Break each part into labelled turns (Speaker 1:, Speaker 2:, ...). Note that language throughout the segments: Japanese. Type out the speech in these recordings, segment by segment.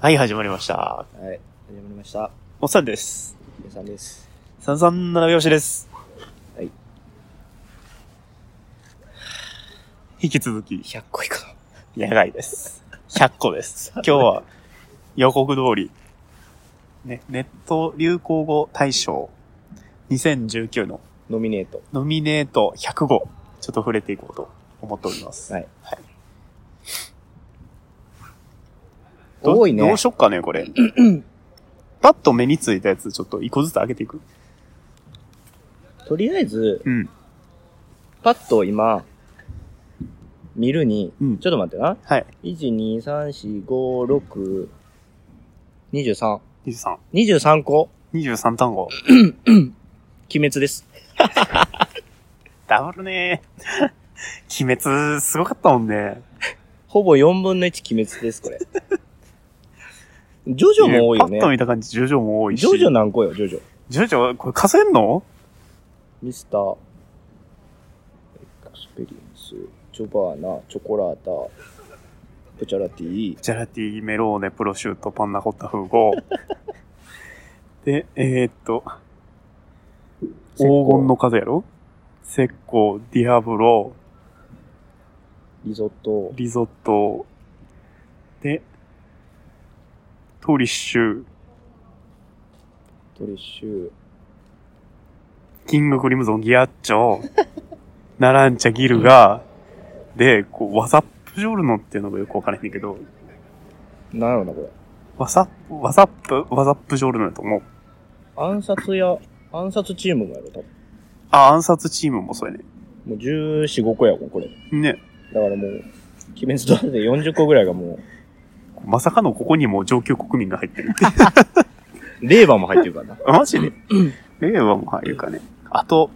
Speaker 1: はい、始まりました。
Speaker 2: はい。始まりました。
Speaker 1: おっさんです。
Speaker 2: 皆さんです。
Speaker 1: 三三七拍子です。
Speaker 2: はい。
Speaker 1: 引き続き、
Speaker 2: 100個以下。
Speaker 1: 長いです。100個 です。今日は予告通り、ね、ネット流行語大賞2019の
Speaker 2: ノミネート。
Speaker 1: ノミネート100号、ちょっと触れていこうと思っております。
Speaker 2: はい。
Speaker 1: ど
Speaker 2: 多い
Speaker 1: ど
Speaker 2: ね
Speaker 1: う。しよっかね、こ れ。パッと目についたやつ、ちょっと一個ずつ上げていく。
Speaker 2: とりあえず、
Speaker 1: うん。
Speaker 2: パッと今、見るに、
Speaker 1: うん
Speaker 2: ちょっと待ってな。
Speaker 1: はい。
Speaker 2: 1、2、3、4、5、6、23。
Speaker 1: 23。
Speaker 2: 23個、
Speaker 1: 23単語。
Speaker 2: 鬼滅です。
Speaker 1: ダブルね 鬼滅、すごかったもんね。
Speaker 2: ほぼ4分の1鬼滅です、これ。ジョジョも多いよ
Speaker 1: ね
Speaker 2: ね
Speaker 1: パッと。見た感じ、ジョジョも多いし。
Speaker 2: ジョジョ何個よ、ジョジョ。
Speaker 1: ジョジョ、これ数えんの
Speaker 2: ミスター、エクスペリエンス、ジョバーナ、チョコラータ、プチャラティ、
Speaker 1: ジャラティ、メローネ、プロシュート、パンナコッタ、フーゴ。 で、えー、っと、
Speaker 2: 石膏
Speaker 1: 黄金の数やろ石膏、ディアブロ、
Speaker 2: リゾット、
Speaker 1: リゾット、で、トリッシュ、
Speaker 2: トリッシュ、
Speaker 1: キングクリムゾン、ギアッチ ョ、ナランチャ、ギルガ、で、こう、ワサップジョルノっていうのがよくわからへんけど、
Speaker 2: なんやろな、これ。
Speaker 1: ワサップ、ワサップ、ワサップジョルノやと思う。
Speaker 2: 暗殺や、暗殺チームもやろ、多分。
Speaker 1: あ、暗殺チームもそうやね。
Speaker 2: もう14、5個やもん、これ。
Speaker 1: ね。
Speaker 2: だからもう、鬼滅とあって40個ぐらいがも
Speaker 1: まさかのここにも上級国民が入ってる。
Speaker 2: う、令和も入ってるからな。
Speaker 1: あマジで令和も入るかね。あと、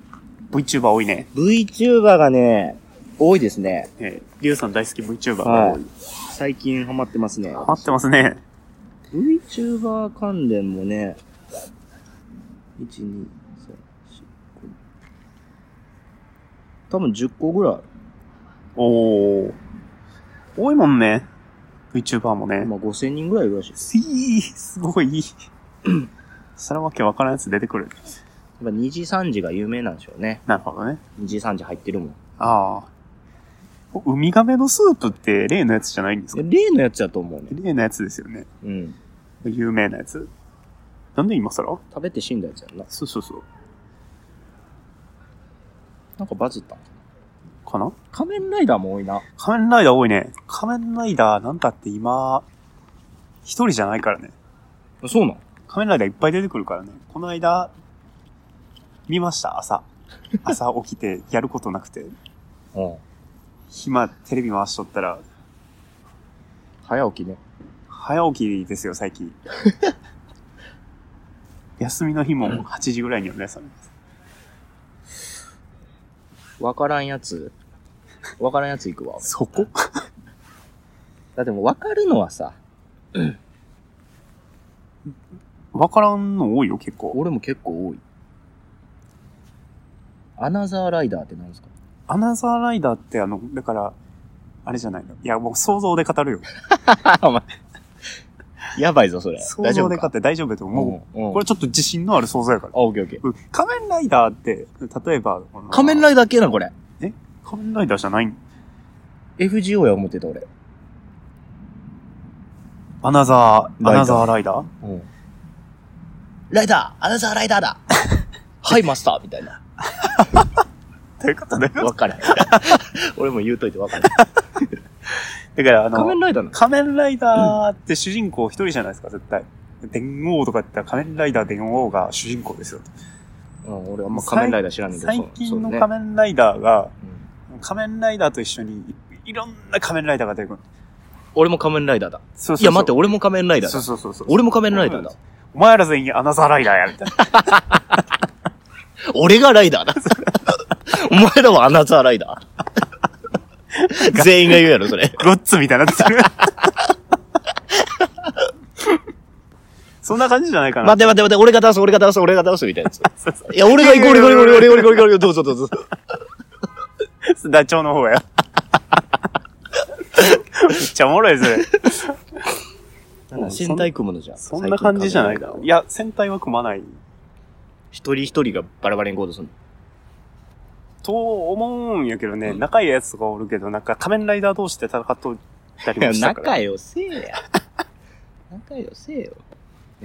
Speaker 1: VTuber 多いね。
Speaker 2: VTuber がね、多いですね。
Speaker 1: えー、リュウさん大好き VTuber が
Speaker 2: は
Speaker 1: 多い。
Speaker 2: い。最近ハマってますね。
Speaker 1: ハマってますね。
Speaker 2: VTuber 関連もね、1、2、3、4、5。多分10個ぐらいあ
Speaker 1: おー。多いもんね。VTuber も
Speaker 2: る。
Speaker 1: ね。
Speaker 2: まあ5000人ぐらいいるらしいです。
Speaker 1: すいー、すごい。そらわけわからんやつ出てくる。
Speaker 2: やっぱ2時3時が有名なんでしょうね。
Speaker 1: なるほどね。
Speaker 2: 2時3時入ってるもん。
Speaker 1: ああ。ウミガメのスープって例のやつじゃないんですか
Speaker 2: 例のやつやと思うね。
Speaker 1: 例のやつですよね。
Speaker 2: うん。
Speaker 1: 有名なやつ。なんで今更
Speaker 2: 食べて死んだやつやんな。
Speaker 1: そうそうそう。
Speaker 2: なんかバズった。
Speaker 1: かな
Speaker 2: 仮面ライダーも多いな。
Speaker 1: 仮面ライダー多いね。仮面ライダーなんたって今、一人じゃないからね。
Speaker 2: そうなん
Speaker 1: 仮面ライダーいっぱい出てくるからね。この間、見ました、朝。朝起きて、やることなくて。
Speaker 2: うん。
Speaker 1: 暇、テレビ回しとったら、
Speaker 2: 早起きね。
Speaker 1: 早起きですよ、最近。休みの日も8時ぐらいには目覚めます。
Speaker 2: わからんやつわからんやつ行くわ。
Speaker 1: そこ
Speaker 2: だってもうわかるのはさ、
Speaker 1: わからんの多いよ、結構。
Speaker 2: 俺も結構多い。アナザーライダーって何ですか
Speaker 1: アナザーライダーってあの、だから、あれじゃないの。いや、もう想像で語る よ。
Speaker 2: やばいぞ、それ
Speaker 1: 想像で語って大丈夫だと思う。
Speaker 2: うん、うん。
Speaker 1: こ
Speaker 2: こ
Speaker 1: れ
Speaker 2: れ、
Speaker 1: ちょっと自信のある想像やから。
Speaker 2: あ、オッケーオッケー。
Speaker 1: うん仮面ライダーって、例えば、この
Speaker 2: 仮面ライダー系な、これ。
Speaker 1: 仮面ライダーじゃないん
Speaker 2: FGO や思ってた、俺。
Speaker 1: アナザー、
Speaker 2: ラ
Speaker 1: ア
Speaker 2: イダー
Speaker 1: ナザーライダー
Speaker 2: うん。ライダーアナザーライダー だはい、マスターみたいな。
Speaker 1: ということで。だ
Speaker 2: わ からん。俺も言うといてわからん。
Speaker 1: から、あの、
Speaker 2: 仮面ライダーな
Speaker 1: 仮面ライダーって主人公一人じゃないですか、絶対。電王とか言ったら仮面ライダー電王が主人公ですよ。
Speaker 2: のうん、俺あんま仮面ライダー知らんねんけど。
Speaker 1: 最
Speaker 2: そう
Speaker 1: 近
Speaker 2: そ
Speaker 1: の
Speaker 2: うね
Speaker 1: 仮面ライダーが、
Speaker 2: うん
Speaker 1: 仮面ライダーと一緒にいいろんな仮面ライダーが出てくる。
Speaker 2: 俺も仮面ライダーだ。
Speaker 1: そうそうそう
Speaker 2: いや、待って、俺も仮面ライダー
Speaker 1: そう
Speaker 2: だ。
Speaker 1: そうそうそう。
Speaker 2: 俺も仮面ライダーだ。
Speaker 1: お前ら全員アナザーライダーや、みたいな。
Speaker 2: 俺がライダーだ。お前らはアナザーライダー。全員が言うやろ、それ。
Speaker 1: ロッツみたいになってる。そんな感じじゃないかな。
Speaker 2: 待って待って待って、俺が倒す、俺が倒す、俺が倒す、みたいなやつ。
Speaker 1: そうそう
Speaker 2: いや、俺が行こう、俺が行こう、俺が行こう、俺が行こう、どうぞどうぞ。
Speaker 1: ダチョウの方や。めっちゃおもろい、それ。
Speaker 2: なん
Speaker 1: う
Speaker 2: だ
Speaker 1: ん
Speaker 2: 戦隊組むのじゃん。
Speaker 1: そんな感じじゃないか
Speaker 2: 最
Speaker 1: な。い
Speaker 2: 近考えたら
Speaker 1: や、戦隊は組まない。
Speaker 2: 一人一人がバラバラに行動するの。
Speaker 1: と思うんやけどね、
Speaker 2: うん
Speaker 1: 仲いいやつとかおるけど、なんか仮面ライダー同士で戦っとったりもしたから。
Speaker 2: 仲良せえや。仲良せえよ。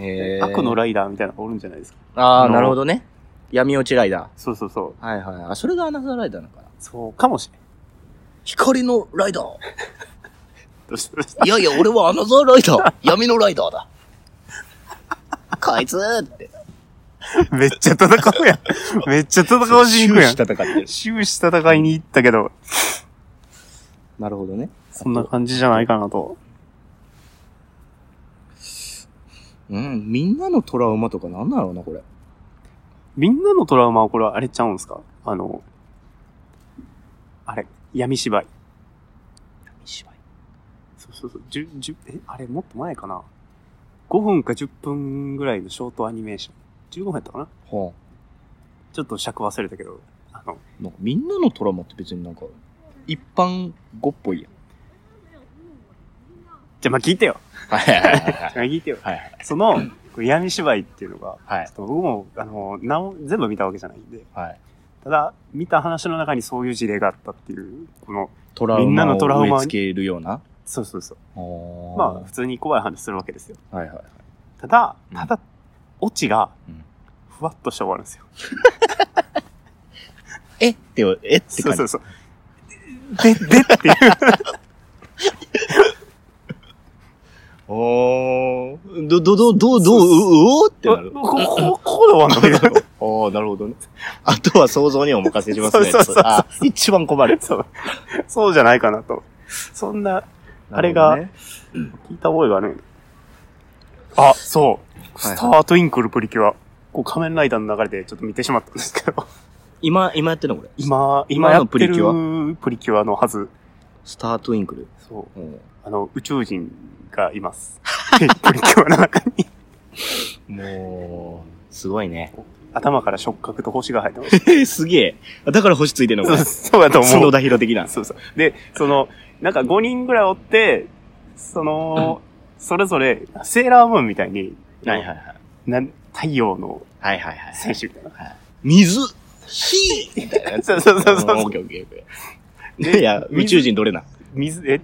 Speaker 2: えー、
Speaker 1: 悪のライダーみたいなのがおるんじゃないですか。
Speaker 2: ああ、
Speaker 1: の
Speaker 2: なるほどね。闇落ちライダ
Speaker 1: そうそうそう。
Speaker 2: ー。はいはい。あ、それがアナザーライダーなのかな。
Speaker 1: そうかもしれん。
Speaker 2: 光のライダー。
Speaker 1: どうしたどうし
Speaker 2: いやいや、俺はアナザーライダ ー。闇のライダーだ。こいつー って。
Speaker 1: ためっちゃ戦うやん。 めっちゃ戦わしに行くやん
Speaker 2: 終。始戦ってる。
Speaker 1: 終始戦いに行ったけど、
Speaker 2: なるほどね。
Speaker 1: そんな感じじゃないかなと。
Speaker 2: うん、みんなのトラウマとかなんだろうな、これ。
Speaker 1: みんなのトラウマはこれはあれちゃうんですかあの、あれ、闇芝居。
Speaker 2: 芝居。
Speaker 1: そうそうそう。じゅ、じゅ、え、あれもっと前かな ?5 分か10分ぐらいのショートアニメーション。15分やったかな
Speaker 2: は
Speaker 1: ちょっと尺忘れたけど、あの、
Speaker 2: あ、なんかみんなのトラウマって別になんか、一般語っぽいやん。
Speaker 1: じゃあまあ聞いてよ。
Speaker 2: はいはいはいは
Speaker 1: じゃあ聞いてよ。
Speaker 2: はいはい
Speaker 1: その、こう闇芝居っていうのが、
Speaker 2: はい
Speaker 1: ちょっと僕も、あの、なお、全部見たわけじゃないんで、
Speaker 2: い。はい。
Speaker 1: ただ、見た話の中にそういう事例があったっていう、この、
Speaker 2: トラウマを
Speaker 1: みんなのトラウマ
Speaker 2: 植え付けるような。
Speaker 1: そうそうそう。ま
Speaker 2: ま
Speaker 1: あ、普通に怖い話するわけですよ。
Speaker 2: あ、はいはい。
Speaker 1: ただ
Speaker 2: う、ん
Speaker 1: ただ、オチが
Speaker 2: うん、
Speaker 1: ふわっとして終わるんですよ。
Speaker 2: えって、えって
Speaker 1: そ
Speaker 2: 感
Speaker 1: う
Speaker 2: じ。
Speaker 1: そうそう。で、でっていう。
Speaker 2: おー。ど、ど、ど、ど、どう、う、うおーってなる。
Speaker 1: こ、こ、ここで終わんのみたいな。
Speaker 2: ああ、なるほどね。あとは想像にお任せしますね。
Speaker 1: そうそうそうそう
Speaker 2: あー一番困る。
Speaker 1: そう。そうじゃないかなと。そんな、あれが
Speaker 2: なるほどね
Speaker 1: 聞いた覚えがある。あ、そう。
Speaker 2: はいは
Speaker 1: ス
Speaker 2: い
Speaker 1: タートインクルプリキュア。こう、仮面ライダーの流れでちょっと見てしまったんですけど。
Speaker 2: 今、今やってんのこれ。
Speaker 1: 今、今
Speaker 2: 今
Speaker 1: や
Speaker 2: の
Speaker 1: っ
Speaker 2: プ
Speaker 1: て
Speaker 2: リ
Speaker 1: る
Speaker 2: キ
Speaker 1: プリキュアのはず。
Speaker 2: スタートインクル。
Speaker 1: そう。
Speaker 2: うん
Speaker 1: あの、宇宙人がいます。 プリキュアの中に。
Speaker 2: もう、すごいね。
Speaker 1: 頭から触覚と星が入ってます。
Speaker 2: えー、すげえ。あだから星ついてんのこ
Speaker 1: そう
Speaker 2: れ。
Speaker 1: そうだと思
Speaker 2: 角
Speaker 1: う。
Speaker 2: 田博的な。
Speaker 1: そうそう。で、その、なんか5人ぐらいおって、その、それぞれ、セーラームーンみたいに、
Speaker 2: はいはいはい。
Speaker 1: なん太陽の
Speaker 2: はいはいはい。
Speaker 1: 選手みたいな。
Speaker 2: 水火みたいなやつ。
Speaker 1: そうそうそうそう
Speaker 2: うんオッケーオッケーオッケー。いや、宇宙人どれな
Speaker 1: 水、え、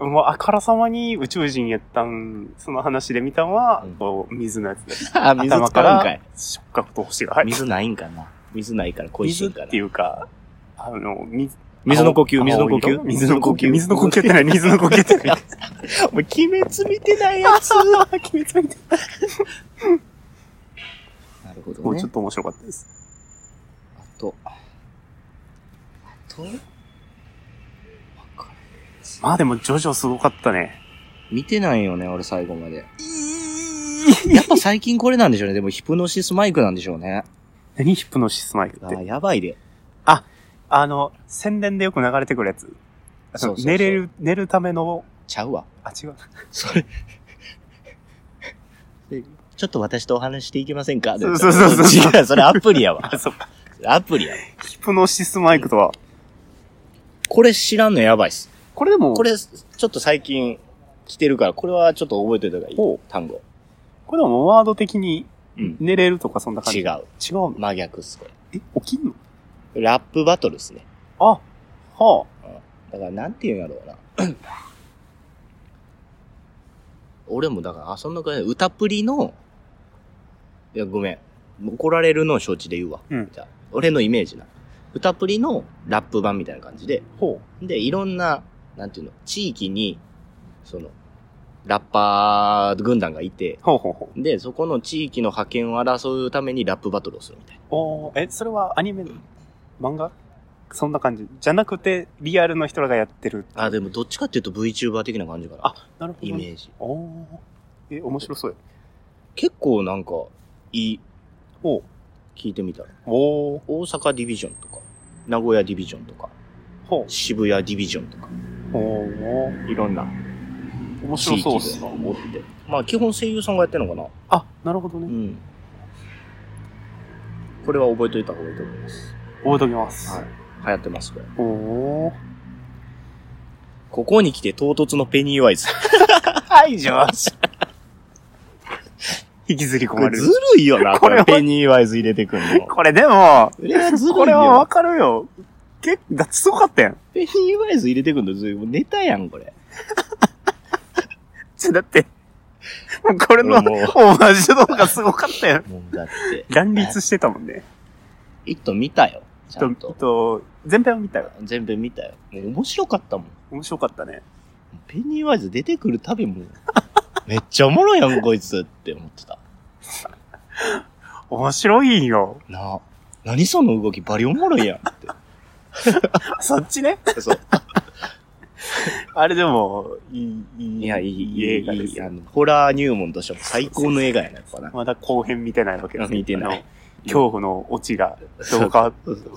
Speaker 1: もうあからさまに宇宙人やったん、その話で見たんは、
Speaker 2: うん
Speaker 1: こう、水のやつです。
Speaker 2: あ、水使うん
Speaker 1: 頭
Speaker 2: かい。
Speaker 1: 触覚と星が入って
Speaker 2: 水ないんかな水ないから恋し
Speaker 1: 水
Speaker 2: いんか
Speaker 1: っ
Speaker 2: な
Speaker 1: てい。うか、あの、水、
Speaker 2: 水の呼吸、
Speaker 1: 青
Speaker 2: 水の呼
Speaker 1: 青色
Speaker 2: 吸。
Speaker 1: 水の呼吸。水の呼吸ってない、水の呼吸ってない。
Speaker 2: お前、鬼滅見てないやつ。
Speaker 1: 決めついて。
Speaker 2: なるほ
Speaker 1: も
Speaker 2: ど
Speaker 1: うち
Speaker 2: ね
Speaker 1: ょっ。と面白かったです。
Speaker 2: あと。あとわかる
Speaker 1: まあでも、ジョジョすごかったね。
Speaker 2: 見てないよね、俺最後ま で。やっぱ最近これなんでしょうね。でもヒプノシスマイクなんでしょうね。
Speaker 1: 何ヒプノシスマイク
Speaker 2: あ
Speaker 1: っ
Speaker 2: ー
Speaker 1: て。
Speaker 2: やばいで。
Speaker 1: あの、宣伝でよく流れてくるやつ。あの
Speaker 2: そうそうそう
Speaker 1: 寝れる、寝るための、
Speaker 2: ちゃうわ。
Speaker 1: あ、 違う。
Speaker 2: それ。ちょっと私とお話していけませんか
Speaker 1: そうそうそうそう
Speaker 2: 違う、それアプリやわ。
Speaker 1: あ、そうか。
Speaker 2: アプリやわ。
Speaker 1: ヒプノシスマイクとは。
Speaker 2: これ知らんのやばいっす。
Speaker 1: これでも、
Speaker 2: これ、ちょっと最近来てるから、これはちょっと覚えておいた方がいい。単語。
Speaker 1: これでもワード的に
Speaker 2: うん。
Speaker 1: 寝れるとかそんな感じ。
Speaker 2: 違
Speaker 1: 違
Speaker 2: う。。
Speaker 1: うの
Speaker 2: 真逆っす、こ
Speaker 1: え、起きんの
Speaker 2: れ。ラップバトルっすね。
Speaker 1: あ、は
Speaker 2: だから、なんて言うんやろうな。 俺もだから、あ、そんな感じで、歌プリの、いや、ごめん。怒られるのを承知で言うわ。
Speaker 1: うん
Speaker 2: じゃあ俺のイメージな。歌プリのラップ版みたいな感じで、
Speaker 1: あ。ほ
Speaker 2: で、いろんな、なんていうの、地域に、その、ラッパー軍団がいて
Speaker 1: う。、ほうほうほう。
Speaker 2: で、そこの地域の覇権を争うためにラップバトルをするみたいな。
Speaker 1: おーえ、それはアニメ、漫画そんな感じ。じゃなくて、リアルの人らがやってる。
Speaker 2: あ、でもどっちかっていうと VTuber 的な感じかな。
Speaker 1: あなるほど。
Speaker 2: イメージ。
Speaker 1: おーえ、面白そうよ。
Speaker 2: 結構なんか、いい、
Speaker 1: お
Speaker 2: 聞いてみたら。
Speaker 1: おー
Speaker 2: 大阪ディビジョンとか、名古屋ディビジョンとか、
Speaker 1: ほ
Speaker 2: 渋谷ディビジョンとか、
Speaker 1: う。おー
Speaker 2: いろんな
Speaker 1: 面
Speaker 2: 地
Speaker 1: 白
Speaker 2: 域
Speaker 1: そ
Speaker 2: が
Speaker 1: う
Speaker 2: お
Speaker 1: っ
Speaker 2: っ
Speaker 1: すな。
Speaker 2: て。まあ基本声優さんがやってるのかな。
Speaker 1: あ、なるほど
Speaker 2: う
Speaker 1: ね。
Speaker 2: ん。これは覚えといた方がいいと思います。
Speaker 1: 覚えときます。
Speaker 2: はい。流行ってます、これ。
Speaker 1: おー
Speaker 2: ここに来て唐突のペニーワイズ。
Speaker 1: 高いじゃん。 引きずり込まれ
Speaker 2: ず
Speaker 1: る。
Speaker 2: るいよな、
Speaker 1: こ
Speaker 2: こ
Speaker 1: れは
Speaker 2: れ。ペニーワイズ入れてくんの。
Speaker 1: これでも、
Speaker 2: これはずるいよ。
Speaker 1: これはわかるよ。結構、だってすごかったやん。
Speaker 2: ペニーワイズ入れてくんの、ずるい。もうネタやん、これ。
Speaker 1: ちょだ って、もうこれのオ
Speaker 2: 俺もう
Speaker 1: マージュ動画すごかったやん。
Speaker 2: もうだ って、
Speaker 1: 乱立してたもんね。
Speaker 2: イット見たよ。ちゃ
Speaker 1: と
Speaker 2: んと。
Speaker 1: と、前編を見たよ。
Speaker 2: 全部見たよ。もう面白かったもん。
Speaker 1: 面白かったね。
Speaker 2: ペニーワイズ出てくるたびもう、めっちゃおもろいやん、こいつって思ってた。
Speaker 1: 面白いよ。
Speaker 2: なあ。何その動きバリおもろいやんって。
Speaker 1: そっちね。
Speaker 2: そう。
Speaker 1: あれでも、いい、いい、
Speaker 2: いや、いい、
Speaker 1: いい映画ですよ
Speaker 2: あの、ホラー入門としても最高の映画やな、やっぱな。
Speaker 1: まだ後編見てないわけです
Speaker 2: 見てな
Speaker 1: あ
Speaker 2: い
Speaker 1: の恐怖のオチがどう か、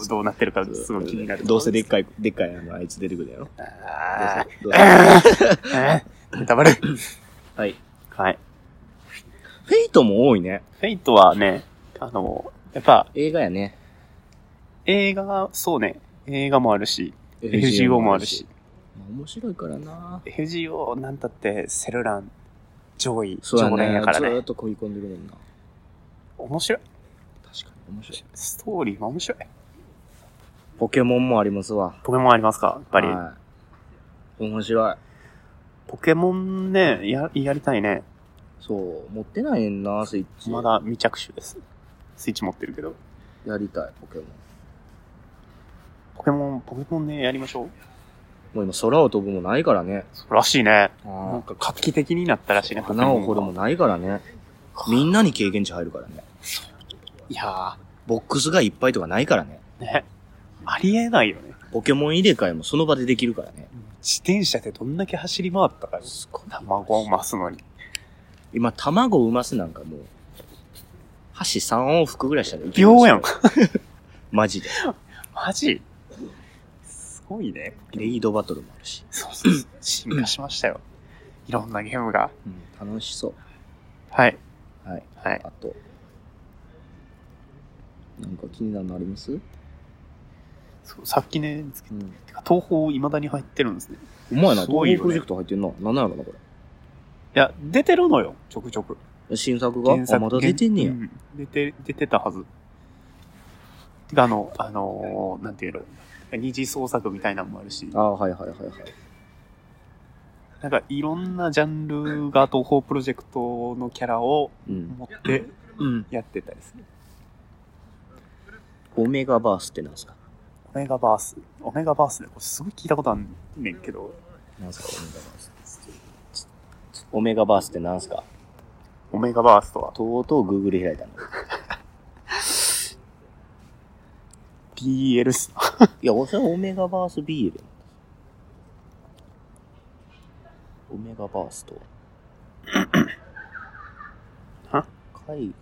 Speaker 1: どうなってるか
Speaker 2: そう
Speaker 1: すごい気になる。
Speaker 2: どうせでっかい、でっかいあの、あいつ出てくるやろ。
Speaker 1: あ
Speaker 2: どうせ
Speaker 1: ーえーネタバレ。
Speaker 2: はい。
Speaker 1: はい。
Speaker 2: フェイトも多いね。
Speaker 1: フェイトはね、あの、やっぱ
Speaker 2: 映画やね。
Speaker 1: 映画、そうね、映画もあるし、FGO もあるし。
Speaker 2: まあ。面白いからな
Speaker 1: FGO なんたってセルラン上位、
Speaker 2: そうや
Speaker 1: 常連
Speaker 2: ね
Speaker 1: や。から
Speaker 2: ずー
Speaker 1: ね
Speaker 2: っ。と食い込んでくるもんな。
Speaker 1: 面白い。
Speaker 2: 確かに面白い。
Speaker 1: ストーリーも面白い。
Speaker 2: ポケモンもありますわ。やっ
Speaker 1: ポケモンありますかやっぱり。
Speaker 2: はい。面白い。
Speaker 1: ポケモンね、や、やりたいね。
Speaker 2: そう、持ってないねんな、スイッチ。
Speaker 1: まだ未着手です。スイッチ持ってるけど。
Speaker 2: やりたい、ポケモン。
Speaker 1: ポケモン、ポケモンね、やりましょう。
Speaker 2: もう今、空を飛ぶもないからね。
Speaker 1: そうらしいね。なん
Speaker 2: あ
Speaker 1: か画期的になったらしいね。
Speaker 2: 花を掘るも
Speaker 1: ポケモンは。
Speaker 2: ないからね。みんなに経験値入るからね。
Speaker 1: いや
Speaker 2: ボックスがいっぱいとかないからね。
Speaker 1: ー、ね。ありえないよね。
Speaker 2: ポケモン入れ替えもその場でできるからね。
Speaker 1: 自転車でどんだけ走り回ったかよ。卵を増すのに。
Speaker 2: 今、卵産ますなんかもう、箸3往復ぐらいしたらいける
Speaker 1: 秒やん。
Speaker 2: マジで。
Speaker 1: マジすごいね。
Speaker 2: レイドバトルもあるし。
Speaker 1: そうそうそう。進化しましたよ。いろんなゲームが。
Speaker 2: うん、楽しそう。
Speaker 1: はい。
Speaker 2: はい。
Speaker 1: はい。
Speaker 2: あと、なんか気になるのありますう
Speaker 1: そうさっきね、つけ
Speaker 2: ん。
Speaker 1: てか東宝未だに入ってるんですね。
Speaker 2: お前
Speaker 1: す
Speaker 2: な、東
Speaker 1: ごいよね
Speaker 2: 宝プロジェクト入ってんな。なんなんやろな、こ
Speaker 1: いや、出てるのよ。ちょくちょく。
Speaker 2: れ。新作があ、まだ出てんねや
Speaker 1: う。出て、出てたはず。てか、あの、あのーなんていうの。二次創作みたいなのもあるし。
Speaker 2: あはいはいはいはい。
Speaker 1: なんか、いろんなジャンルが東宝プロジェクトのキャラを
Speaker 2: うん。
Speaker 1: 持って
Speaker 2: うん。
Speaker 1: やってたですね。
Speaker 2: オメガバースってなんすか
Speaker 1: オメガバース。オメガバースね、これすごい聞いたことあんねんけど、
Speaker 2: なんすか、オメガバース。オメガバースってなんすか
Speaker 1: オメガバースとは、
Speaker 2: とうとう Google 開いたの。
Speaker 1: BL ス。
Speaker 2: いや、それはオメガバース BL やん。オメガバースとは。
Speaker 1: は
Speaker 2: 海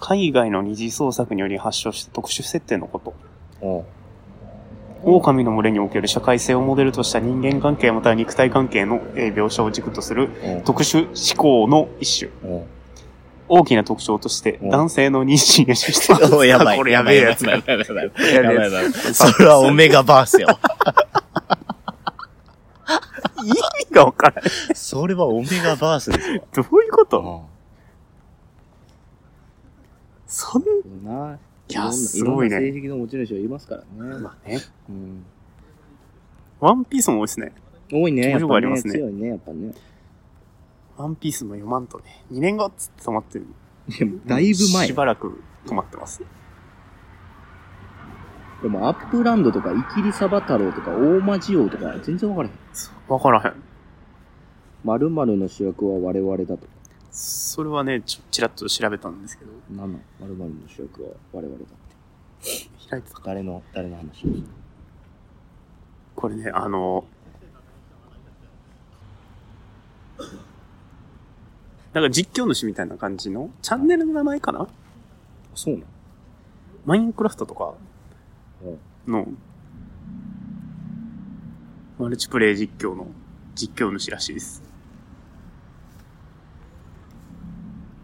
Speaker 1: 海外の二次創作により発症した特殊設定のこと。
Speaker 2: 外うん。
Speaker 1: 狼の群れにおける社会性をモデルとした人間関係または肉体関係のえー描写を軸とする
Speaker 2: うん
Speaker 1: 特殊思考の一種。
Speaker 2: うん。
Speaker 1: 大きな特徴として、
Speaker 2: うん
Speaker 1: 男性の妊娠が出してます。
Speaker 2: おやば い。
Speaker 1: これやべえやつだ。
Speaker 2: やばいやばいやばい。
Speaker 1: や
Speaker 2: や
Speaker 1: べ
Speaker 2: ば
Speaker 1: え
Speaker 2: い
Speaker 1: や
Speaker 2: や
Speaker 1: つ
Speaker 2: ばいやばい。それはオメガバースよ。
Speaker 1: 意味がわからない。
Speaker 2: それはオメガバースですよ。
Speaker 1: どういうこと、
Speaker 2: う
Speaker 1: そん
Speaker 2: ん。な。
Speaker 1: いや
Speaker 2: ろんな
Speaker 1: すごいね
Speaker 2: ろんな性的の持ち主はいますからね。
Speaker 1: なね。
Speaker 2: うん。
Speaker 1: ワンピースも多いですね。
Speaker 2: 多いね。や
Speaker 1: 面白
Speaker 2: っ
Speaker 1: いあ
Speaker 2: ぱ
Speaker 1: りま
Speaker 2: ね。
Speaker 1: すね
Speaker 2: 強いね、やっぱね。
Speaker 1: ワンピースも読まんとね。2年後っつって止まってる。
Speaker 2: だいぶ前。
Speaker 1: しばらく止まってます。
Speaker 2: でも、アップランドとか、イキリサバ太郎とか、大間ジオとか、全然わからへん。
Speaker 1: わからへん。
Speaker 2: 〇〇の主役は我々だと。
Speaker 1: それはね、ちょ、ちらっと調べたんですけど、
Speaker 2: 7、〇〇の主役は我々だって。
Speaker 1: 開いてた。
Speaker 2: 誰の、誰の話です
Speaker 1: これね、あの、なんか実況主みたいな感じの、チャンネルの名前かな
Speaker 2: そうな
Speaker 1: マインクラフトとかの、マルチプレイ実況の実況主らしいです。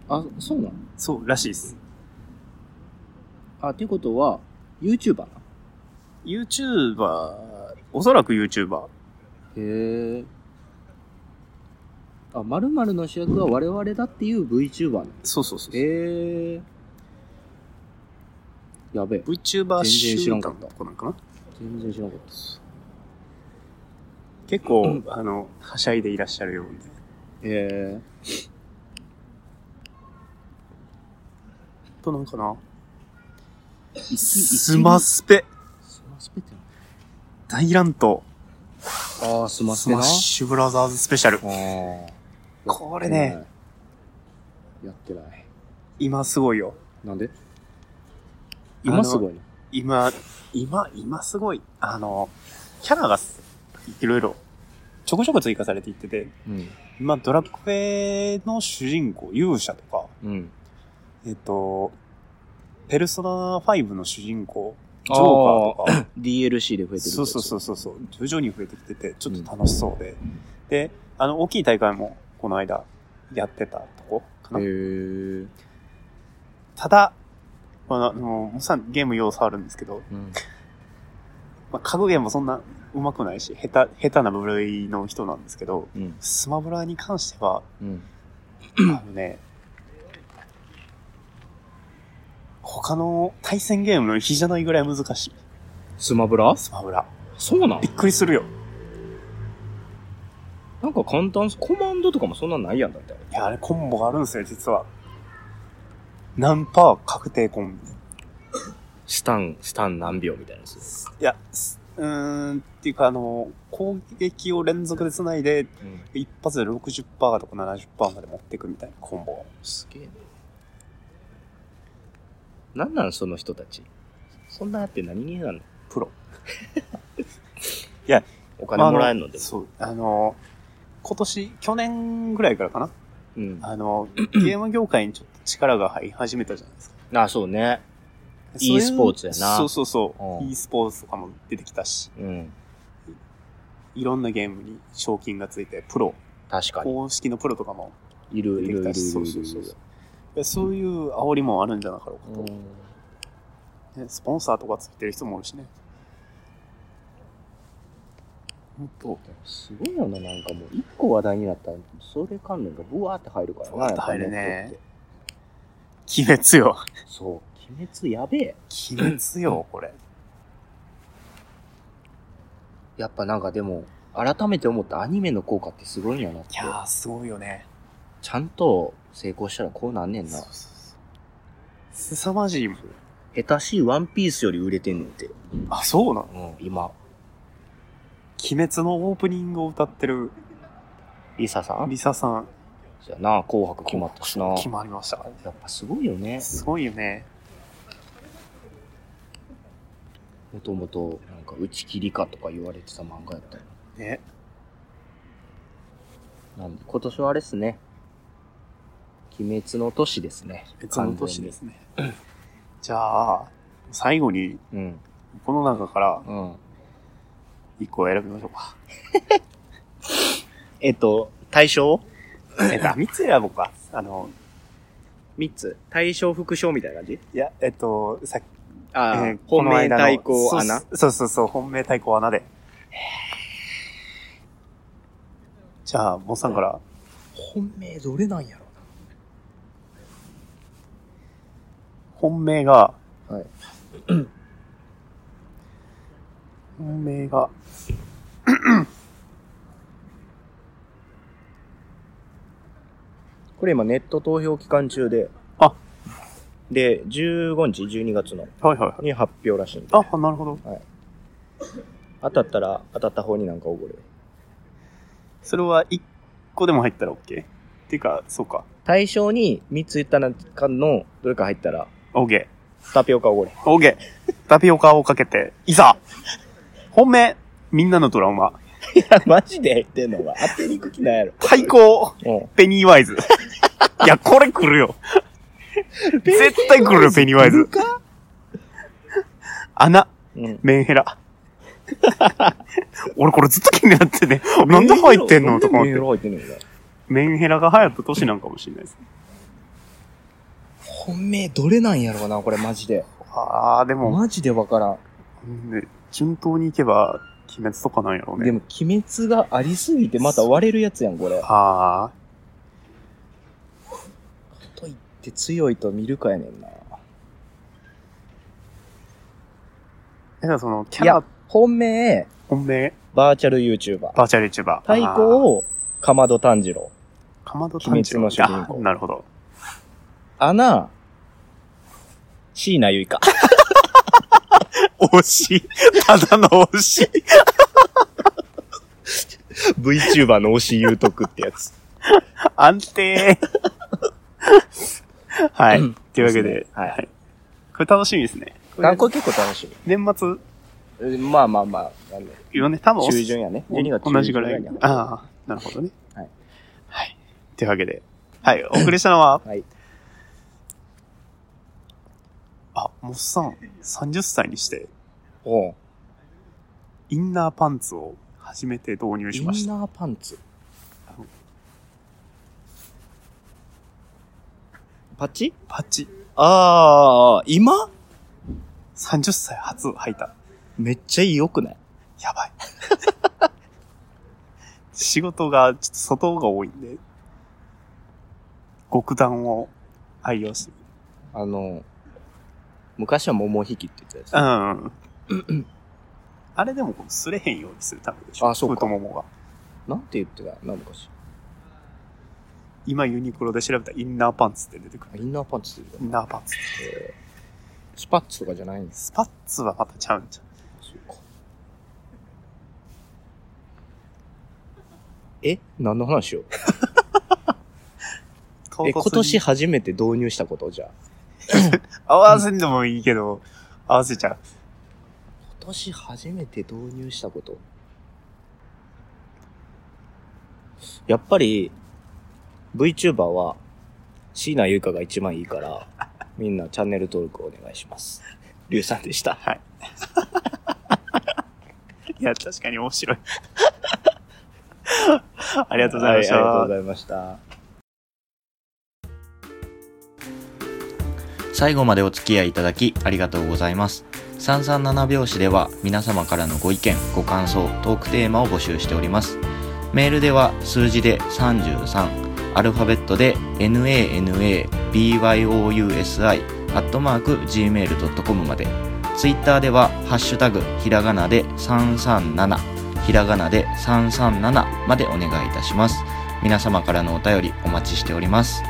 Speaker 2: のあ、そうなの
Speaker 1: そう、らしいです。
Speaker 2: あ、っていうことは、YouTuber な
Speaker 1: YouTuber、おそらく YouTuber。
Speaker 2: へえ。
Speaker 3: あ、〇〇の主役は我々だっていう VTuber。
Speaker 1: そうそうそう。
Speaker 3: えー。やべえ。全
Speaker 1: VTuber
Speaker 3: 然知
Speaker 1: 集
Speaker 3: らん
Speaker 1: 団
Speaker 3: か
Speaker 1: と
Speaker 3: った
Speaker 1: かなんかな
Speaker 3: 全然知らなかったです。
Speaker 1: 結構、
Speaker 3: うん
Speaker 1: あの、はしゃいでいらっしゃるようで。
Speaker 3: え
Speaker 1: あとなんかな
Speaker 3: ー。生き
Speaker 1: スマ。スペ
Speaker 3: 生きスマスペってなん
Speaker 1: 大乱闘
Speaker 3: だあー、スマス
Speaker 1: ス
Speaker 3: ペ
Speaker 1: マ
Speaker 3: な。
Speaker 1: ッシュブラザーズスペシャル。
Speaker 3: あー
Speaker 1: これね。
Speaker 3: やってない。
Speaker 1: 今すごいよ。
Speaker 3: なんで
Speaker 1: あの
Speaker 3: 今すごいね。
Speaker 1: 今、今、今すごい。あの、キャラがすいろいろちょこちょこ追加されていってて、
Speaker 2: うん。
Speaker 1: 今ドラクエの主人公、勇者とか、
Speaker 2: うん。
Speaker 1: えっと、ペルソナ5の主人公、ジョー カーとか、
Speaker 3: DLC で増えてるやつ。
Speaker 1: そうそうそうそうそう、徐々に増えてきてて、ちょっと楽しそうで。で、あの、大きい大会もこの間やってたとこかな。
Speaker 3: へー。
Speaker 1: ただ、まあ、あの、さゲーム要素あるんですけど、
Speaker 2: うん。
Speaker 1: まあ、格ゲーもそんな上手くないし、下手、下手な部類の人なんですけど、
Speaker 2: うん。
Speaker 1: スマブラに関しては、
Speaker 2: うん。
Speaker 1: あのね、他の対戦ゲームの比じゃないぐらい難しい。
Speaker 3: スマブラ
Speaker 1: スマブラ。
Speaker 2: そうなん
Speaker 1: びっくりするよ。
Speaker 2: なんか簡単、コマンドとかもそんなんないやんだって。
Speaker 1: いや、あれコンボがあるんですよ、実は。ナンパー確定コンボ。
Speaker 2: スタン、スタン何秒みたいなやつ。
Speaker 1: いや、すうーん、っていうかあの、攻撃を連続で繋いで、
Speaker 2: うん。
Speaker 1: 一発で60%とか70%まで持っていくみたいなコンボが。
Speaker 2: すげえな。なんなんその人たち。そんなやって何になるの
Speaker 1: プロ。
Speaker 2: お金もらえんのでも。
Speaker 1: そう。あの、今年、去年ぐらいからかな
Speaker 2: うん。
Speaker 1: あ の、ゲーム業界にちょっと力が入り始めたじゃないですか。
Speaker 2: あ、そうね。
Speaker 1: そういう
Speaker 2: e スポーツやな
Speaker 1: そうそうそうう。
Speaker 2: ん
Speaker 1: e スポーツとかも出てきたし、
Speaker 2: うん。
Speaker 1: いろんなゲームに賞金がついて、プロ、
Speaker 2: 確かに。
Speaker 1: 公式のプロとかも
Speaker 3: いる、
Speaker 1: 出
Speaker 3: い
Speaker 1: て
Speaker 3: る、い
Speaker 1: き
Speaker 3: る、い
Speaker 1: た
Speaker 3: る。
Speaker 1: し、そう
Speaker 3: い
Speaker 1: そうそ
Speaker 3: る
Speaker 1: う。でそういう煽りもあるんじゃなかろうかと。ねスポンサーとかついてる人もおるしね。
Speaker 2: 本当すごいよな、なんかもう、一個話題になったら、それ関連がブワーって入るからな。
Speaker 1: ブワーって入るね
Speaker 2: やっぱネットって
Speaker 1: 鬼滅よ。
Speaker 2: そう。鬼滅やべえ。
Speaker 1: 鬼滅よ、これ。
Speaker 2: やっぱなんかでも、改めて思ったアニメの効果ってすごいんやなって
Speaker 1: い。やー、すごいよね。
Speaker 2: ちゃんと成功したらこうなんねんな
Speaker 1: そうそう。そう。凄まじいもん。
Speaker 2: 下手しいワンピースより売れてんねんて。
Speaker 1: あ、そうなの
Speaker 2: うん、今。
Speaker 1: 鬼滅のオープニングを歌ってる
Speaker 2: リサさん
Speaker 1: リサさん、
Speaker 2: じゃあな、紅白決まったしな。
Speaker 1: 決まりました。
Speaker 2: やっぱすごいよね。
Speaker 1: すごいよね。
Speaker 2: もともと、なんか、打ち切りかとか言われてた漫画やったよ
Speaker 1: ね。
Speaker 2: なんで、今年はあれっすね。鬼滅の年ですね。
Speaker 1: 別の年ですね。じゃあ、最後に、
Speaker 2: 完全に。
Speaker 1: この中から
Speaker 2: うん。うん。
Speaker 1: 一個選びましょう か。
Speaker 2: えっと、対象
Speaker 1: えっと、三つ選ぼうか。あの、
Speaker 2: 三つ。対象、副賞みたいな感じ
Speaker 1: いや、えっと、さっき、
Speaker 2: ああ、
Speaker 1: えー
Speaker 2: 本命対抗
Speaker 1: この間の
Speaker 2: 穴
Speaker 1: そうそうそうそう、本命対抗穴で。じゃあ、モッさんから、
Speaker 2: 本命どれなんやろ
Speaker 1: 本命が、
Speaker 3: はい。
Speaker 1: 本命が、
Speaker 2: これ今ネット投票期間中で。
Speaker 1: あ
Speaker 2: で、15日、12月の、
Speaker 1: はいはいはい。
Speaker 2: に発表らしいんで。
Speaker 1: あ、なるほど。
Speaker 2: 当たったら、当たった方になんかおごる。
Speaker 1: それは一個でも入ったら OK? っていうか、そうか。
Speaker 2: 対象に3つ言った中の、どれか入ったら、
Speaker 1: OK。
Speaker 2: タピオカおごれ。
Speaker 1: OK。タピオカをかけて、いざ本命みんなのトラウマ。
Speaker 2: いや、 マジで言ってんのは当てに行く気ないやろ。
Speaker 1: 対抗
Speaker 2: うん。
Speaker 1: ペニーワイ ズ。いや、これ来るよ。絶対来るよ、ペニーワイズ。穴、
Speaker 2: うん。
Speaker 1: メンヘラ。 俺これずっと気になってね。なんで入ってんのとか思って。
Speaker 2: 入ってんのこれ
Speaker 1: メンヘラが流行った年なんかもしれないですね。
Speaker 2: 本命どれなんやろうな、これマジで。
Speaker 1: あー、でも、
Speaker 2: マジでわからん。
Speaker 1: ね順当に行けば、鬼滅とかなんやろうね。
Speaker 2: でも、鬼滅がありすぎてまた割れるやつやん、これ。
Speaker 1: あー、
Speaker 2: って強いと見るかやねんな。
Speaker 1: だからその、キ
Speaker 2: い
Speaker 1: ャラ
Speaker 2: や、、本命、
Speaker 1: 本命、
Speaker 2: バーチャル YouTuber。
Speaker 1: バーチャル YouTuber。
Speaker 2: 対抗、かまど炭治郎。
Speaker 1: あー、かまど
Speaker 2: 鬼滅の主人公
Speaker 1: あなるほど。
Speaker 2: 穴、椎名結花。
Speaker 1: 惜しい。ただの惜しい。
Speaker 2: VTuber の推し言うとくってやつ。
Speaker 1: 安定。 はい。
Speaker 2: うん
Speaker 1: というわけ
Speaker 2: で
Speaker 1: です
Speaker 2: ね、はい
Speaker 1: これ楽しみですね。
Speaker 2: 学校結構楽し
Speaker 1: 年末、
Speaker 2: み。まあまあまあ、あの
Speaker 1: よね、多分、
Speaker 2: 中旬やね。
Speaker 1: ね
Speaker 2: 鬼が中旬
Speaker 1: 同じぐらい
Speaker 2: や。
Speaker 1: ああ、なるほどね。
Speaker 2: はい。、
Speaker 1: はい。というわけで、はい、お送りしたのは
Speaker 2: はい。
Speaker 1: あ、モッさん、30歳にして、
Speaker 2: おう
Speaker 1: インナーパンツを初めて導入
Speaker 2: イ
Speaker 1: し
Speaker 2: ン
Speaker 1: ました。
Speaker 2: ナーパンツ。パッチ
Speaker 1: パッチ、
Speaker 2: ああ、今
Speaker 1: 30歳初履いた。
Speaker 2: めっちゃ良くない
Speaker 1: や ばい。仕事が、ちょっと外が多いんで、極段を愛用して
Speaker 2: あの、昔は桃引きって言ってた
Speaker 1: う
Speaker 2: や
Speaker 1: ん。あれでも、擦れへんようにするためでしょ。
Speaker 2: あそうか
Speaker 1: 太ももが。
Speaker 2: つ。なんて言ってたな、昔。
Speaker 1: 今ユニクロで調べたインナーパンツって出てくる。
Speaker 2: インナーパンツって言
Speaker 1: イ
Speaker 2: っ
Speaker 1: ンナーパンツ。
Speaker 2: てた、えースパッツとかじゃないんです
Speaker 1: スパッツはまたちゃうんじゃん。
Speaker 2: か。え何の話を
Speaker 1: 唐突に
Speaker 2: え、今年。初めて導入したことじゃあ。
Speaker 1: 合わせんでもいいけど、合わせちゃう。
Speaker 2: 今年初めて導入したことやっぱり VTuber は椎名優香が一番いいからみんなチャンネル登録お願いします。りゅうさんでした。
Speaker 1: いや、確かに面 白い。ありがとうございました。
Speaker 2: はいありがとうございました。
Speaker 4: 最後までお付き合いいただきありがとうございます。三三七拍子では皆様からのご意見、ご感想、トークテーマを募集しております。メールでは数字で33、アルファベットで nanabyousi、アットマーク gmail.com まで。ツイッターではハッシュタグひらがなで337、ひらがなで337までお願いいたします。皆様からのお便りお待ちしております。